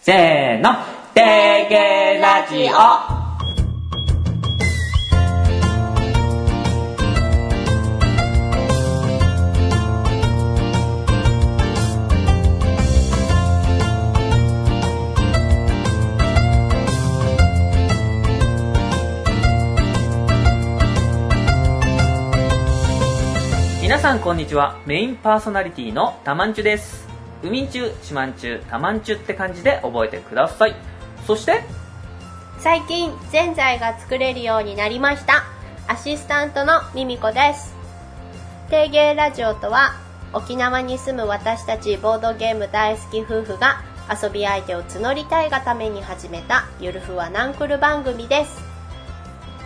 せーの、定型ラジオ皆さんこんにちはメインパーソナリティのたまんちゅです海んちゅしまんちゅたまんちゅって感じで覚えてくださいそして最近ぜんざいが作れるようになりましたアシスタントのミミコです定芸ラジオとは沖縄に住む私たちボードゲーム大好き夫婦が遊び相手を募りたいがために始めたゆるふわナンクル番組です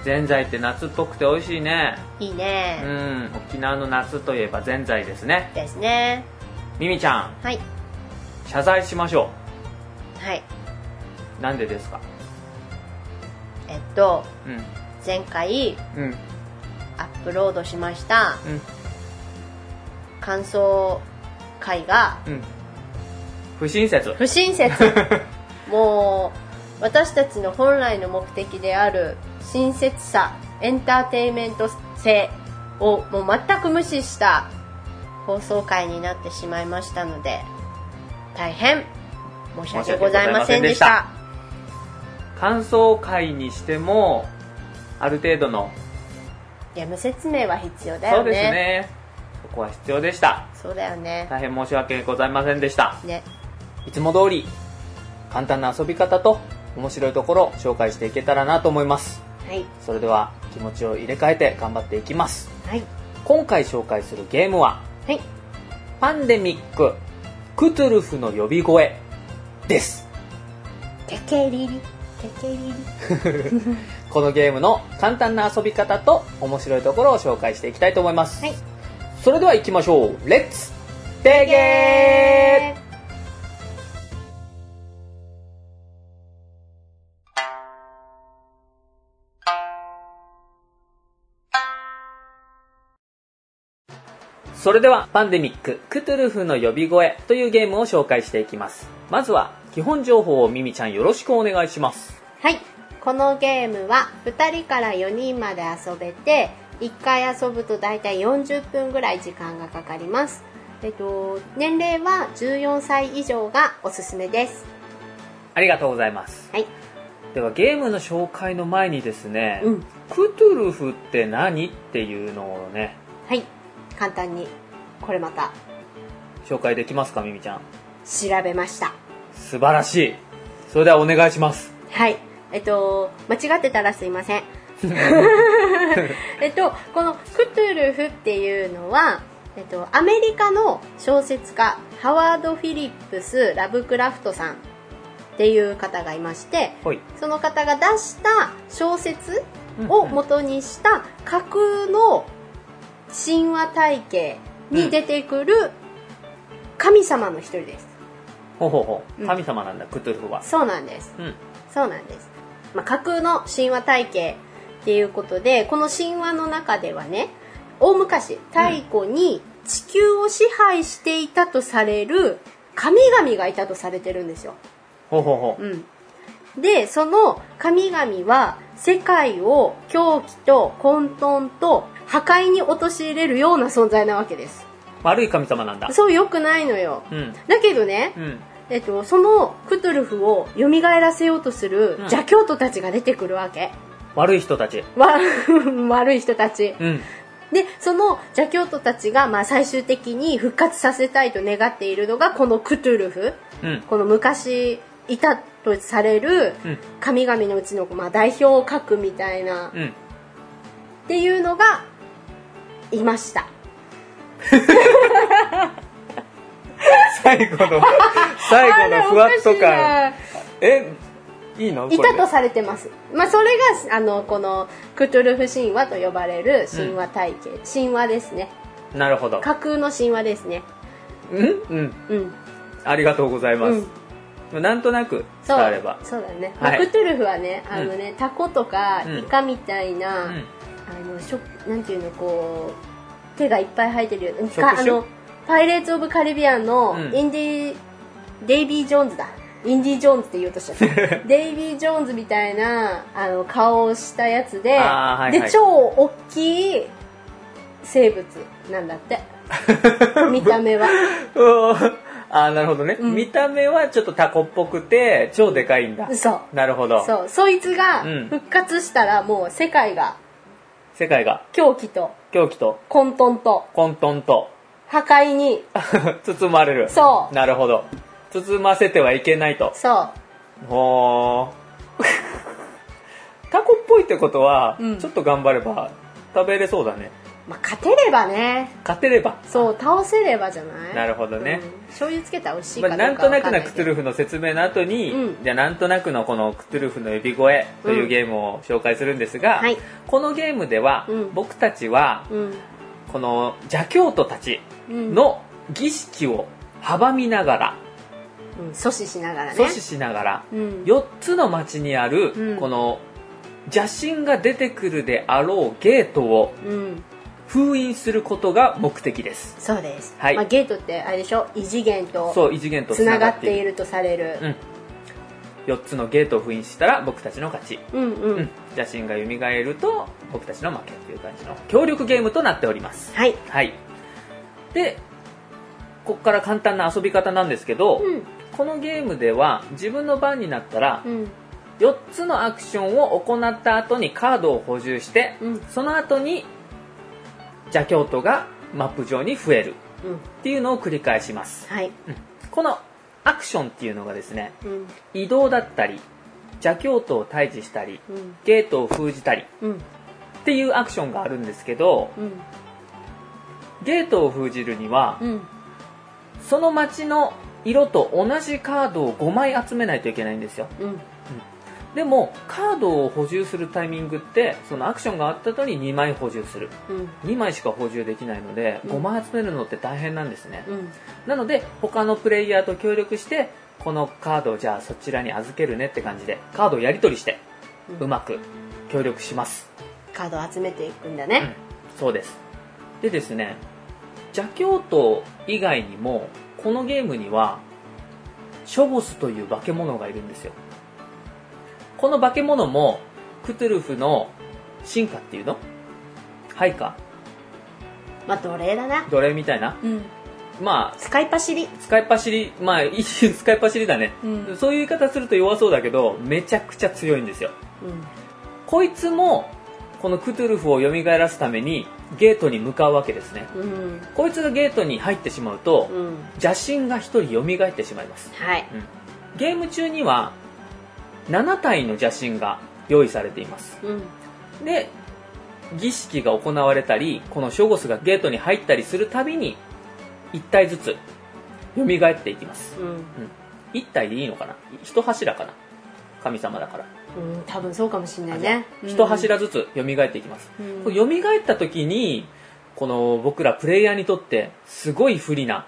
ぜんざいって夏っぽくて美味しいねいいうね、ん沖縄の夏といえばぜんざいですねですねミミちゃんはい謝罪しましょはいうなんでですかえっとうん前回うんアップロードしましたうん感想会がうん不親切不親 切もう私たちの本来の目的である親切さエンターテインメント性をもう全く無視した放送回になってしまいましたので大変申し訳ございませんでした感想会にしてもある程度のゲーム説明は必要だそよねうですねそこは必要でしたそうだよね大変申し訳ございませんでしたねいつも通り簡単な遊び方と面白いところを紹介していけたらなと思いますはいそれでは気持ちを入れ替えて頑張っていきますはい今回紹介するゲームははいパンデミッククトゥルフの呼び声ですてけりりてけりりこのゲームの簡単な遊び方と面白いところを紹介していきたいと思います、はいそれでは行きましょうレッツデゲーそれではパンデミッククトゥルフの呼び声というゲームを紹介していきますまずは基本情報をミミちゃんよろしくお願いしますはい。このゲームは2人から4人まで遊べて、1回遊ぶと大体40分ぐらい時間がかかります。えっと、年齢は14歳以上がおすすめです。ありがとうございますはい。ではゲームの紹介の前にですね、うん。クトゥルフって何っていうのをねはい。簡単に、これまた紹介できますかミミちゃん調べました。素晴らしいそれではお願いしますはい。えっと、間違ってたらすいません。えっと、このクトゥルフっていうのは、えっと、アメリカの小説家、ハワード・フィリップス・ラブクラフトさんっていう方がいまして、ほいその方が出した小説を元にした架空の神話体系に出てくる神様の一人です。ほうほうほううん神様なんだ、クトゥルフはそうなんです。うんそうなんです、まあ、架空の神話体系っていうことでこの神話の中ではね大昔太古に地球を支配していたとされる神々がいたとされてるんですよ、ほうほうほううん、でその神々は世界を狂気と混沌と破壊に陥れるような存在なわけです悪い神様なんだそう良くないのようんだけどねう、んえっと、そのクトゥルフを蘇らせようとするうん邪教徒たちが出てくるわけ、悪い人たちわ 悪い人たちうんでその邪教徒たちがまあ最終的に復活させたいと願っているのがこのクトゥルフうんこの昔いたとされるうん神々のうちのまあ代表格みたいな、っうんていうのがいました最後の最後のふわっと感あれおかしえいいのいこなれいたとされてます、まあ、それがあのこのクトゥルフ神話と呼ばれる神話体系、神話ですねでなるほど架空の神話ですねうんうんうんありがとうございまうんすなんとなく伝わればそうだね、はいまあクトゥルフはねあのね、タコとかうんイカみたいな、うんあのしょなんていうのこう手がいっぱい生えてるよう触か手あのパイレーツ・オブ・カリビアンのうんインディ、デイビー・ジョーンズだインディ・ジョーンズって言おうとしちゃった デイビー・ジョーンズみたいなあの顔をしたやつで,、あーはいはいで超大きい生物なんだって 見た目はうんあーなるほどね、うん見た目はちょっとタコっぽくて超でかいんだそうなるほどそうそいつがうん復活したらもう世界が世界が狂気と狂気と混沌と混沌と 破壊に包まれるそうなるほど包ませてはいけないとそ ほータコっぽいってことは、うんちょっと頑張れば食べれそうだねう、まあ、勝てればね勝てればそう倒せればじゃないなるほどねうん醤油つけたら美味しいかまどあ、うなかんとなくなわかクんトゥいけどルフの説明の後に、うんじゃあなんとなくのこのクトゥルフの呼び声というゲームを紹介するんですが、はいこのゲームでは、うん僕たちはこの邪教徒たちうんうんの儀式を阻みながら、うん阻止しながらね阻止しながらうん4つの町にある、うんこの邪神が出てくるであろうゲートをうん封印することが目的ですそうです、はいまあ、ゲートってあれでしょ異次元とそう異次元とつつななががっってていいるるとされる4つのゲートを封印したら僕たちの勝ちうんうん、うん、邪神が蘇ると僕たちの負けという感じの協力ゲームとなっておりますはい、はいでここから簡単な遊び方なんですけど、うんこのゲームでは自分の番になったらうん4つのアクションを行った後にカードを補充して、うんその後に邪教徒がマップ上に増えるうん、っていうのを繰り返します、はい、うんこのアクションっていうのがですねうん移動だったり邪教徒を退治したりうんゲートを封じたりうんっていうアクションがあるんですけどうんゲートを封じるにはうんその街の色と同じカードを5枚集めないといけないんですようんでもカードを補充するタイミングってそのアクションがあった後に2枚補充するうん2枚しか補充できないのでうん5枚集めるのって大変なんですねうんなので他のプレイヤーと協力してこのカードをじゃあそちらに預けるねって感じでカードをやり取りしてうんうまく協力しますカードを集めていくんだね、そうですでですね邪教徒以外にもこのゲームにはショボスという化け物がいるんですよこの化け物もクトゥルフの進化っていうの配下まあ奴隷だな奴隷みたいなうんま使いっ走りあ使いっ走りまあ いい使いっ走りだね、うんそういう言い方すると弱そうだけどめちゃくちゃ強いんですようんこいつもこのクトゥルフを蘇らすためにゲートに向かうわけですねうんこいつがゲートに入ってしまうと、うん邪神が一人蘇ってしまいます、はいゲーム中には7体の邪神が用意されていますうんで儀式が行われたりこのショゴスがゲートに入ったりするたびに1体ずつ蘇っていきますうん1体でいいのかな1柱かな神様だから、うん多分そうかもしれないじゃねあ1柱ずつ蘇っていきます、うんこれ蘇った時にこの僕らプレイヤーにとってすごい不利な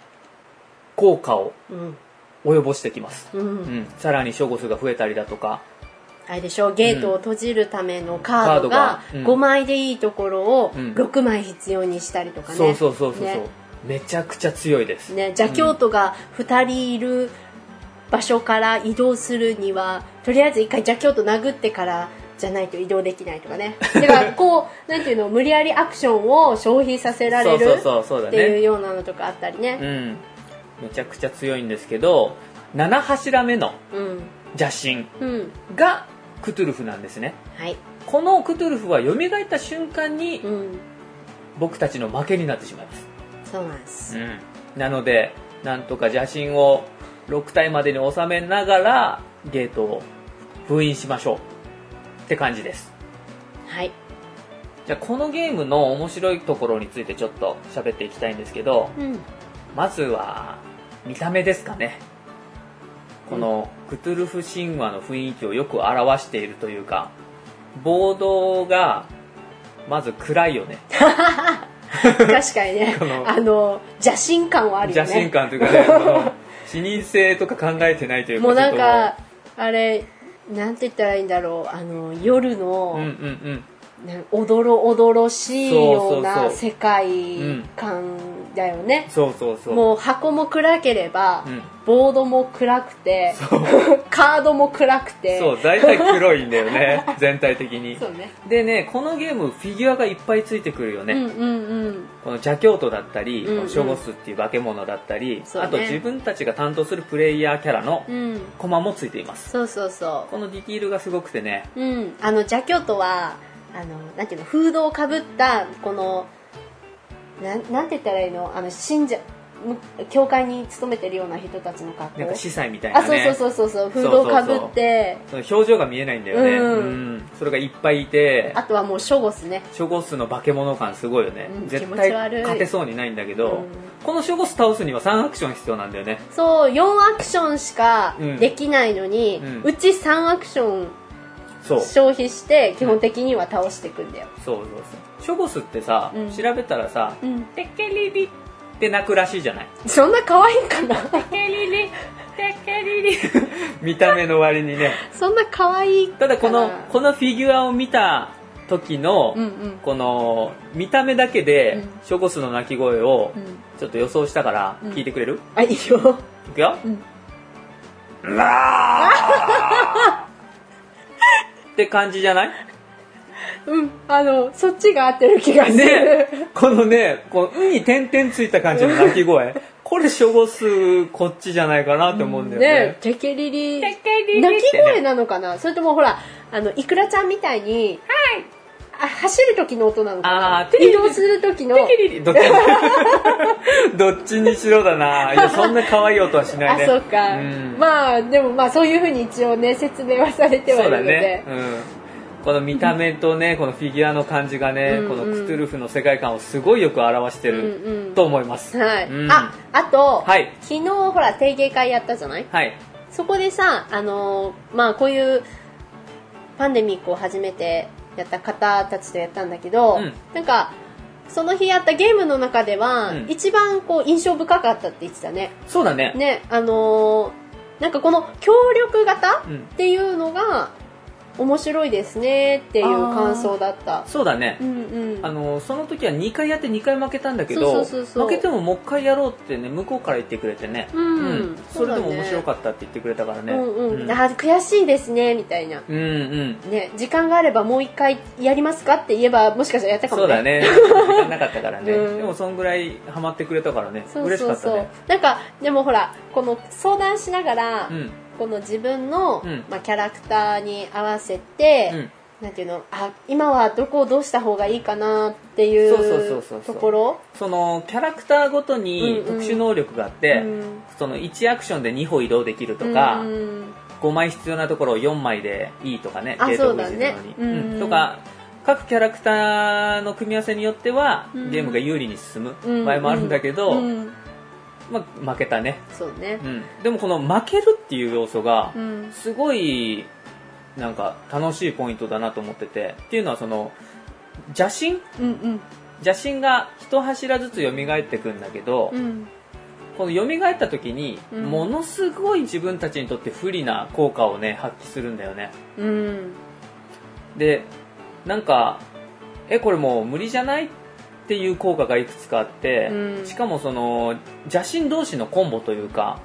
効果をうん及ぼしてきます、ううんん、さらにショゴスが増えたりだとかあれでしょゲートを閉じるためのカードがうん5枚でいいところをうん6枚必要にしたりとかね、そうそうそうそうそう、ねめちゃくちゃ強いです、ね邪教徒が2人いる場所から移動するにはとりあえず一回邪教徒殴ってからじゃないと移動できないとか ねだからこうなんていうの無理やりアクションを消費させらそれうそうるそうそうだっていうねようなのとかあったりうねんめちゃくちゃ強いんですけど7柱目のうん邪神うんがクトゥルフなんですねはいこのクトゥルフは蘇った瞬間にうん僕たちの負けになってしまいます、そうなんですうん、なのでなんとか邪神を6体までに収めながらゲートを封印しましょうって感じですはいじゃあこのゲームの面白いところについてちょっと喋っていきたいんですけどうんまずは見た目ですかねこのクトゥルフ神話の雰囲気をよく表しているというかボードがまず暗いよね確かにね このあの邪神感はあるよね邪神感という かねその視認性とか考えてないというかもうなんちょっかあれなんて言ったらいいんだろうあの夜ともううんうのんねおどろおどろしいようそうそうなそう世界観だよね、そうそうそうもう箱も暗ければ、うんボードも暗くて カードも暗くてそう大体黒いんだよね全体的に そうねでねこのゲームフィギュアがいっぱいついてくるよね、うんうんうんこの邪教徒だったり、うんうんショゴスっていう化け物だったり、そうねあと自分たちが担当するプレイヤーキャラのうんコマもついています、そうそうそこのディティールがすごくてねううんあの邪教とはあのなんていうのフードをかぶったこのなんなんて言ったらいいのあの信者む教会に勤めてるような人たちの格好なんか司祭みたいなあねそうそうそうそうそうフードをかぶってその表情が見えないんだよね、うんんそれがいっぱいいてあとはもうショゴスねショゴスの化け物感すごいよね、うん絶気持対ち悪い勝てそうにないんだけど、うんこのショゴス倒すには3アクション必要なんだよねそう4アクションしかできないのに、うんうち3アクションそうそう消費して基本的には倒していくんだよ、そうそうショゴスってさ、うん調べたらさうん「テケリリ」って鳴くらしいじゃないそんな可愛いかなテケリリテケリリ見た目の割にね そんな可愛いただこのかなこのフィギュアを見た時の、うんうんこの見た目だけで、うんショゴスの鳴き声をうんちょっと予想したからうん聞いてくれる、あいいよ、いくようん、うわーって感じじゃ ないうんあのそっちが合ってる気がする、ねこのね、この、うんに点々ついた感じの鳴き声。 これ、諸語数、こっちじゃないかなって思うんだよねね。テケリリテケリリってね鳴き声なのかなそれともほらあのイクラちゃんみたいにあ走る時の音なのかあなーテケリ移リ動する時のテケリリどっち どっちにしろだな。いや、そんな可愛い音はしないあね。そうか、んまあでもまあそういうふうに一応ね説明はされてはいそうるだのでね。うん。この見た目とね、このフィギュアの感じがね、うんうこんのクトゥルフの世界観をすごいよく表してうんうるんと思います。はい、うんああと、はい昨日ほら定芸会やったじゃないはい。そこでさあのーまあこういうパンデミックを初めてやった方たちとやったんだけど、うんなんかその日やったゲームの中では、うん一番こう印象深かったって言ってたねそうだね。ねあのーなんかこの協力型うんっていうのが面白いですねっていう感想だったそうだねう。んうんあのその時は2回やって2回負けたんだけどそうそうそうそう負けてももう1回やろうってね向こうから言ってくれてね、うんそれでも面白っかったって言ってくれたからたねうんうんうんあー悔しいですねみたいなうんうんね、時間があればもう一回やりますかって言えばもしかしたらやったかもそうねだ ね時間なかったからね、うんでもそんぐらいハマってくれたからねそう嬉しそかうったそうねなんかでもほらこの相談しながら、うんこの自分の、うんまあ、キャラクターに合わせて、うんなんていうのあ今はどこをどうした方がいいかなっていそうそうそううそうそとうころそのキャラクターごとにうん特うん殊能力があって、うんその1アクションで2歩移動できるとか、うん5枚必要なところを4枚でいいとかねあゲートオブジェなのそうにだねうんとか各キャラクターの組み合わせによっては、うんゲームが有利に進うむん場合もあるんだけど、うんまあ、負けたね、そうねう、ん、でもこの負けるっていう要素がうんすごいなんか楽しいポイントだなと思っててっていうのはその邪神うんうん邪神が一柱ずつ蘇ってくんだけど、うんこの蘇った時に、うんものすごい自分たちにとって不利な効果をね発揮するんだよねうんでなんかえこれもう無理じゃないっていう効果がいくつかあって、うんしかもその邪神同士のコンボというか、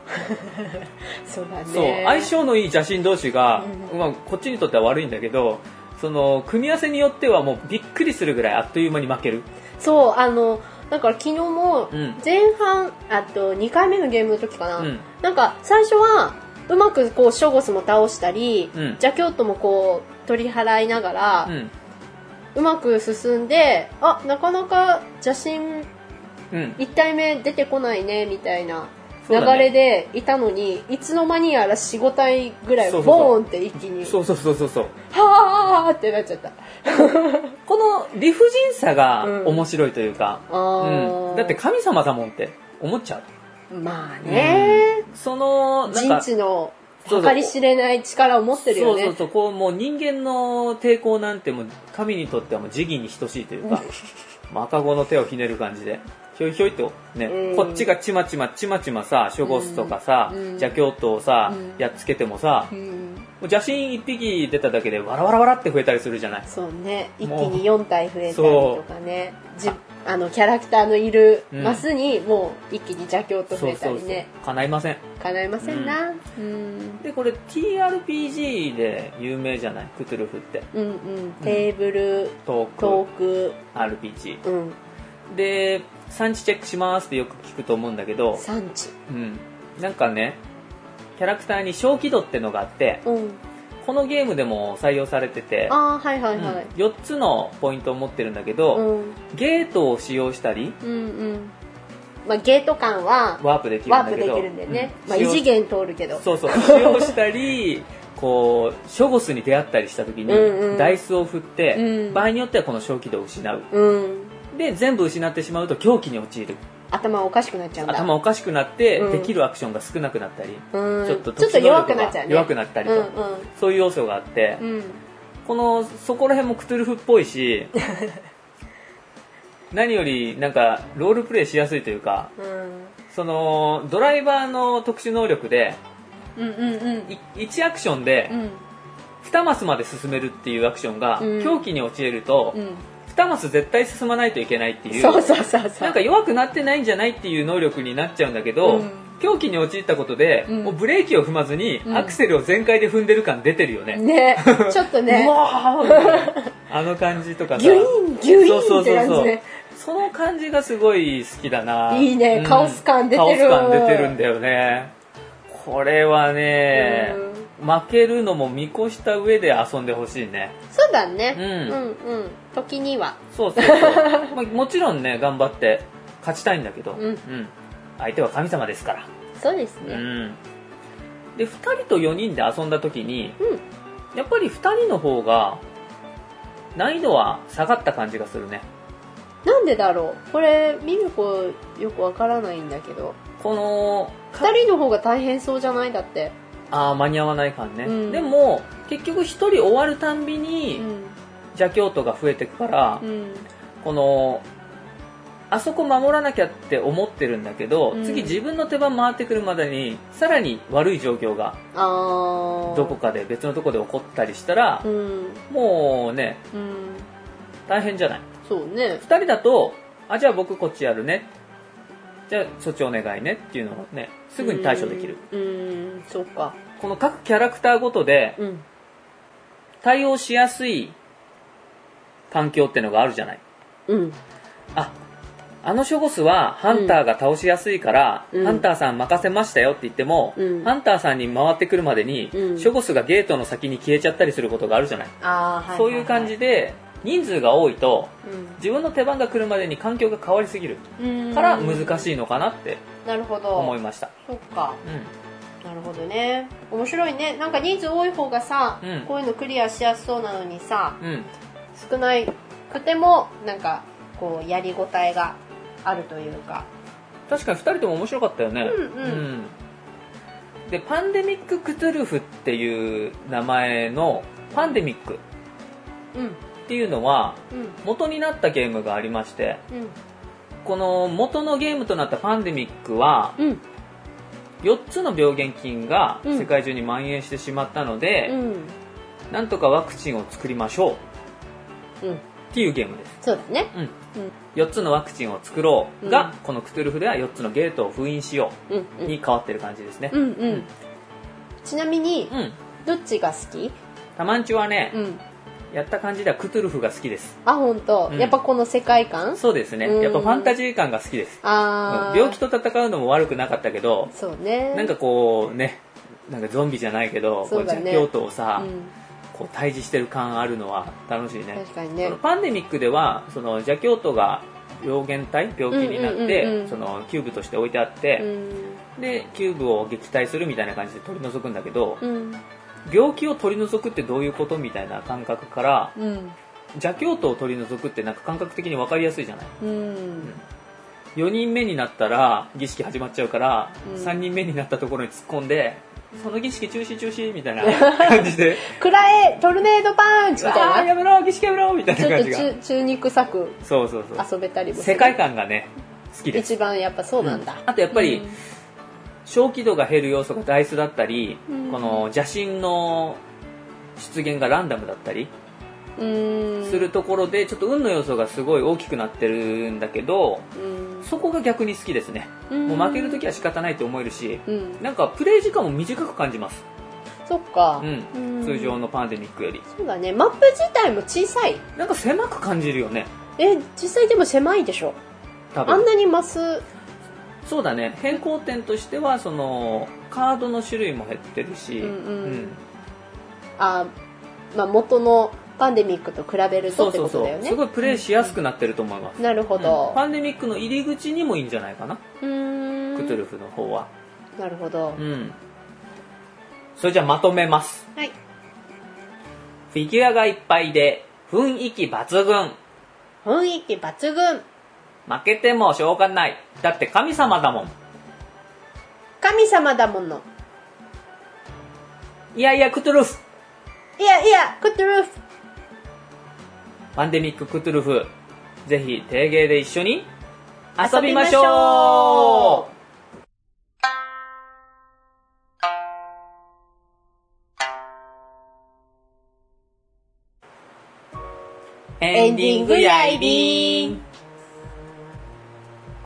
そうだねそう相性のいい邪神同士が、うまあ、こっちにとっては悪いんだけどその組み合わせによってはもうびっくりするぐらいあっという間に負けるそうあのだから昨日もうん前半、あと2回目のゲームの時かな、うんなんか最初はうまくこうショゴスも倒したり、うんジャキョットもこう取り払いながら、うんうまく進んであなかなか邪神うん1体目出てこないねみたいなそ流うだねれでいたのに、いつの間にやら45体ぐらいそうそうそうボーンって一気にそうそうそうそうそうはあってなっちゃったこの理不尽さが面白いというか、あー、うんだって神様だもんって思っちゃうまあね、そのなん人か知のそうそう計り知れない力を持ってるよねそうそうそうこうもう人間の抵抗なんてもう神にとってはもう慈義に等しいというか まあ赤子の手をひねる感じでひょいひょいとね、うんこっちがちまちまちまちまさ諸ゴスとかさうん邪教徒をさ、うんやっつけてもさうんう邪神1匹出ただけでわらわらわらって増えたりするじゃないそうね一気もうに4体増えたりとかねじあのキャラクターのいるうんマスにもう一気に邪教と増そうえたそうりそうね叶いません叶いませんな、うん、でこれ TRPG で有名じゃないクトゥルフってうんうんテーブル、トートクーク RPG うんで産地チェックしますってよく聞くと思うんだけど、産地うん、なんかねキャラクターに小気度ってのがあってうんこのゲームでも採用されてて、ああはいはういんはい、 4つのポイントを持ってるんだけうど、ん、うんゲートを使用したりうんまあゲート間はワープできるんワだーけプどできるんでね、うんまあ異次元通るけどそうそう使用したりこうショゴスに出会ったりした時にうんうんダイスを振って、うん場合によってはこの正気度を失ううんで全部失ってしまうと狂気に陥る頭おかしくなっちゃうんだ頭おかしくなって、うんできるアクションが少なくなったり、うんちょっとちょっと弱くなっちゃうね弱くなったりと、うそういう要素があって、んうんうんこのそこら辺もクトゥルフっぽい し何よりなんかロールプレイしやすいというかうんそのドライバーの特殊能力でうんうんうん1アクションでうん2マスまで進めるっていうアクションが、うん狂気に陥ると、うん2マス絶対進まないといけないっていうそうそうそうそうなんか弱くなってないんじゃないっていう能力になっちゃうんだけど、うん狂気に陥ったことで、うんもうブレーキを踏まずに、うんアクセルを全開で踏んでる感出てるよね、ねちょっとねうわー あの感じとかさギュイーンギュイそうーンそうってそう感じそうねその感じがすごい好きだないいねカオス感出てるカオス感出てるんだよねこれはね、負けるのも見越した上で遊んでほしいねそうだねううんんうん時にはそうそうそう、 まあ、もちろんね頑張って勝ちたいんだけど、うん相手は神様ですから、そうですうねん、で2人と4人で遊んだ時にうんやっぱり2人の方が難易度は下がった感じがするねなんでだろうこれミミコよくわからないんだけどこのか二人の方が大変そうじゃないだってあー間に合わない感ね、うんでも結局1人終わるたんびうにん邪教徒が増えてくから、うんこのあそこ守らなきゃって思ってるんだけど、うん次自分の手番回ってくるまでにさらに悪い状況がああどこかで別のとこで起こったりしたらう、んもうねうん大変じゃないそうね2人だとあじゃあ僕こっちやるねじゃあそっちお願いねっていうのがねすぐに対処できる、うんうんそうかこの各キャラクターごとでうん対応しやすい環境ってのがあるじゃないうんああのショゴスはハンターが倒しやすいから、うんハンターさん任せましたよって言っても、うんハンターさんに回ってくるまでに、うんショゴスがゲートの先に消えちゃったりすることがあるじゃない、ああはいそういう感じで人数が多いとう自分の手番が来るまでに環境が変わりすぎるんから難いしいのかなってなるほど思いました、そっかうなるほどね面白いねなんか人数多い方がさ、うんこういうのクリアしやすそうなのにさんうん、少ないくてもなんかこうやりごたえがあるというか確かに2人とも面白かったよねうんうんうんでパンデミック・クトゥルフっていう名前のパンデミックうんっていうのはうん元になったゲームがありましてうんこの元のゲームとなったパンデミックはうん4つの病原菌がうん世界中に蔓延してしまったので、うんなんとかワクチンを作りましょううんっていうゲームですそうだねうんうん4つのワクチンを作ろううがん、このクトゥルフでは4つのゲートを封印しようんううんに変わってる感じですねうんうんちなみにうん、どっちが好きたまんちはね、うんやった感じではクトゥルフが好きですあ本当、うんやっぱこの世界観そうですねうんやっぱファンタジー感が好きですうああん病気と戦うのも悪くなかったけどそうねなんかこうねなんかゾンビじゃないけどこそうだね邪教徒をさ、うん、こう対峙してる感あるのは楽しいね確かにねそのパンデミックではその邪教徒が病原体病気になって、うんうんうんうんそのキューブとして置いてあっうて、んでキューブを撃退するみたいな感じで取り除くんだけど、うん病気を取り除くってどういうことみたいな感覚からうん邪教徒を取り除くってなんか感覚的に分かりやすいじゃないうん4人目になったら儀式始まっちゃうから、うん3人目になったところに突っ込んでその儀式中止中止みたいな 感じでくらえトルネードパンチみあたーいなやめろ儀式やめろみたいちょなっ感じとが中中肉臭くそうそうそう遊べたりもする世界観がね好きです一番やっぱそうなんだ、うんあとやっぱり、正気度が減る要素がダイスだったり、うんこの邪神の出現がランダムだったりうーんするところで、ちょっと運の要素がすごい大きくなってるんだけどうんそこが逆に好きですねうんもう負けるときは仕方ないと思えるしうんなんかプレイ時間も短く感じます、そっかう、ん、通常のパンデミックよりそうだねマップ自体も小さいなんか狭く感じるよねえ実際でも狭いでしょ多あん分なにマスそうだね変更点としてはそのカードの種類も減ってるし、うんうんあ、まあ、元のパンデミックと比べるそうとってそうことそだようねすごいプレイしやすくなってると思います、なるほうんどパンデミックの入り口にもいいんじゃないかな、うーんクトゥルフの方はなるほどうんそれじゃあまとめますはいフィギュアがいっぱいで雰囲気抜群雰囲気抜群負けてもしょうがないだって神様だもん神様だものいやいやクトゥルフいやいやクトゥルフパンデミッククトゥルフぜひ定芸で一緒に遊びまし遊びましょょうエンディングやいびん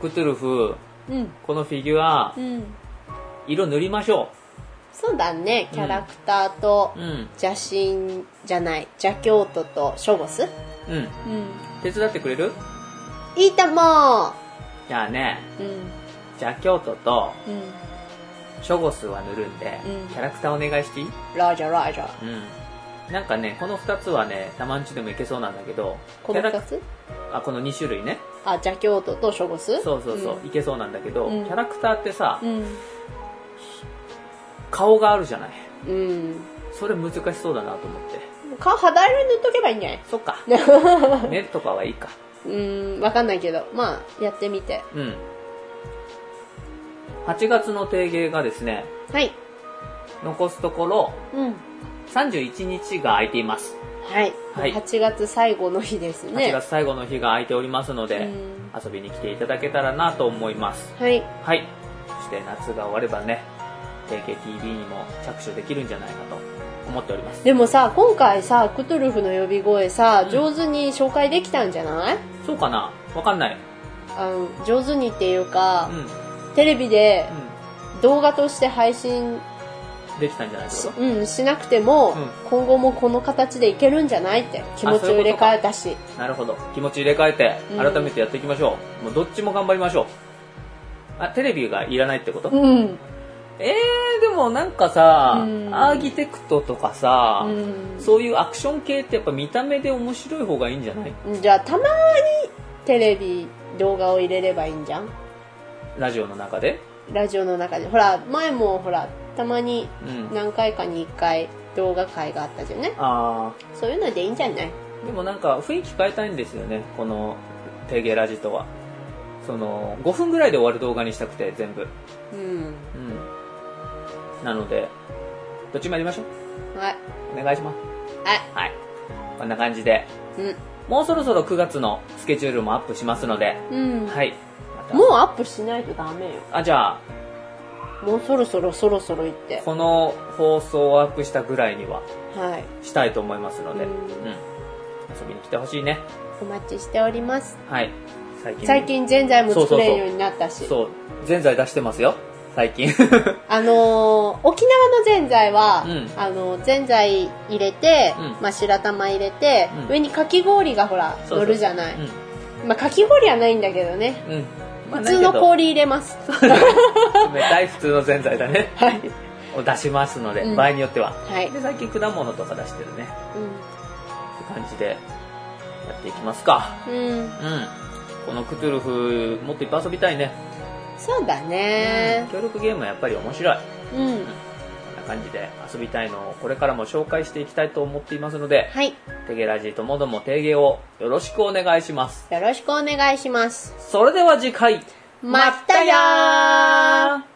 クトゥルフうんこのフィギュアうん色塗りましょそうだねキャラクターとううん邪神じゃない邪教徒とショゴスうんうん手伝ってくれるいいともじゃあねうんじゃあ京都とうんショゴスは塗るんで、うんキャラクターお願いしていいラジャラジャうんなんかねこの2つはねたまんちでもいけそうなんだけどこのキャ2ラクつあこの2種類ねあ邪教徒とショゴスそうそうそう、いけそうなんだけど、うんキャラクターってさ、うん顔があるじゃないうんそれ難しそうだなと思って顔肌色に塗っとけばいいんじゃない そっか目とかはいいかうーんわかんないけどまあやってみてうん8月の定芸がですねはい残すところうん31日が空いていますはい、はい8月最後の日ですね8月最後の日が空いておりますので、うん遊びに来ていただけたらなと思いますはいはいそして夏が終わればね TKTV にも着手できるんじゃないかと思っておりますでもさ今回さクトゥルフの呼び声さ、ん上手に紹介できたんじゃないそうかなわかんないあの上手にっていううかん、うんテレビで動画として配信できたんじゃないですしかうん、しなくても、う今後もこの形でいけるんじゃないって気持ちを入れ替えたしなるほど気持ち入れ替えてうん改めてやっていきましょう、もうどっちも頑張りましょうあテレビがいらないってこと、うん、えー、でもなんかさ、うんアーキテクトとかさ、うんそういうアクション系ってやっぱ見た目で面白い方がいいんじゃないじゃあたまにテレビ動画を入れればいいんじゃんラジオの中でラジオの中でほら前もほらたまにうん何回かに1回動画会があったじゃんねああそういうのでいいんじゃないでもなんか雰囲気変えたいんですよねこの「定芸ラジ」とはその5分ぐらいで終わる動画にしたくて全部うんうんなのでどっちもやりましょうはいお願いしますはいはいこんな感じでうんもうそろそろ9月のスケジュールもアップしますので、うん、はいまたもうアップしないとダメよあじゃあもうそろそろそろそろ行ってこの放送をアップしたぐらいにははいしたいと思いますので、ううんん遊びに来てほしいねお待ちしておりますはい最近最近ぜんざいもそうそうそう作れるようになったしそうぜんざい出してますよ最近あのー沖縄のぜんざいは、うんあのぜんざい入れて、うんまあ、白玉入れて、うん上にかき氷がほらそうそう乗るじゃないうんまあ、かき氷はないんだけどね、うん、まあ普通のない氷入れますけど冷たい普通のぜんざいだ ねはい、を出しますので、うん場合によってははいで最近果物とか出してるねうって感じでやっていきますかん、うん、うんこのクトゥルフもっといっぱい遊びたいねそうだね協力ゲームはやっぱり面白いうん、こんな感じで遊びたいのをこれからも紹介していきたいと思っていますのではいテゲラジともども提携をよろしくお願いしますよろしくお願いしますそれでは次回まったよーー